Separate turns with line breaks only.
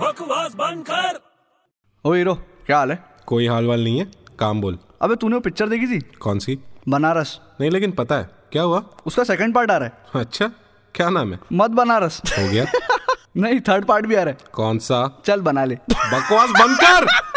बकवास बंद कर
ओ हीरो क्या हाल है
कोई हाल वाल नहीं है काम बोल
अबे तूने वो पिक्चर देखी थी
कौन सी
बनारस
नहीं लेकिन पता है क्या हुआ
उसका सेकंड पार्ट आ रहा है
अच्छा क्या नाम है
मत बनारस
हो गया
नहीं थर्ड पार्ट भी आ रहा है
कौन सा
चल बना ले
बकवास बंद कर